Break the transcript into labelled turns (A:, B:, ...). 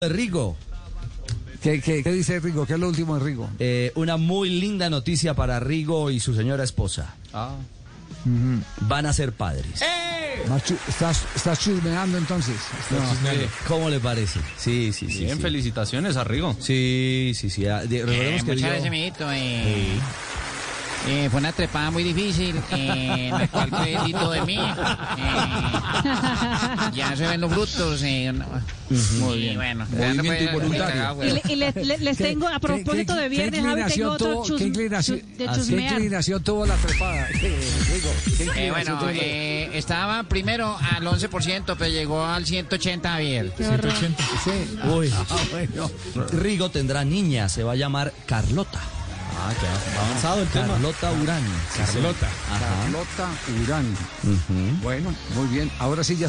A: de Rigo.
B: ¿Qué, qué, qué dice Rigo? ¿Qué es lo último de Rigo?
A: Eh, una muy linda noticia para Rigo y su señora esposa.
B: Ujú.
A: Van a ser padres.
B: Más chu- ¿Estás, estás chismeando entonces? No.
A: Eh, ¿Cómo le parece? Sí, sí, sí.
C: Bien,
A: sí.
C: felicitaciones a Rigo.
A: Sí, sí, sí. Ah, de- recordemos
D: Eh,
A: que
D: muchas
A: Rigo-
D: gracias, amiguito. eh. Eh, fue una trepada muy difícil, eh, en la cual crédito de mí. eh, ya se ven los frutos. eh, no. Y bueno, pues, ya no puede-
A: involuntario.
D: bueno.
E: Y, le- y les, les- les tengo, a
B: ¿Qué- qué-
E: propósito
B: qué
E: de viernes, Javi, tengo
B: inclinación
E: otro
B: tuvo-
E: chus,
B: ¿Qué inclinación,
E: chus- de
B: ah, sí, ¿qué
E: chusmear.
B: inclinación tuvo la trepada? Eh, Rigo, ¿qué
D: Eh,
B: inclinación
D: bueno,
B: tuvo la-
D: eh, estaba primero al 11%, pero llegó al 180 Javier.
E: Qué horror.
B: Sí.
A: Uy.
B: Ah, bueno.
A: Rigo tendrá niña, se va a llamar Carlota. Ah, ya. Avanzado el tema. Carlota Urán.
B: Carlota Urán. Bueno, muy bien. Ahora sí ya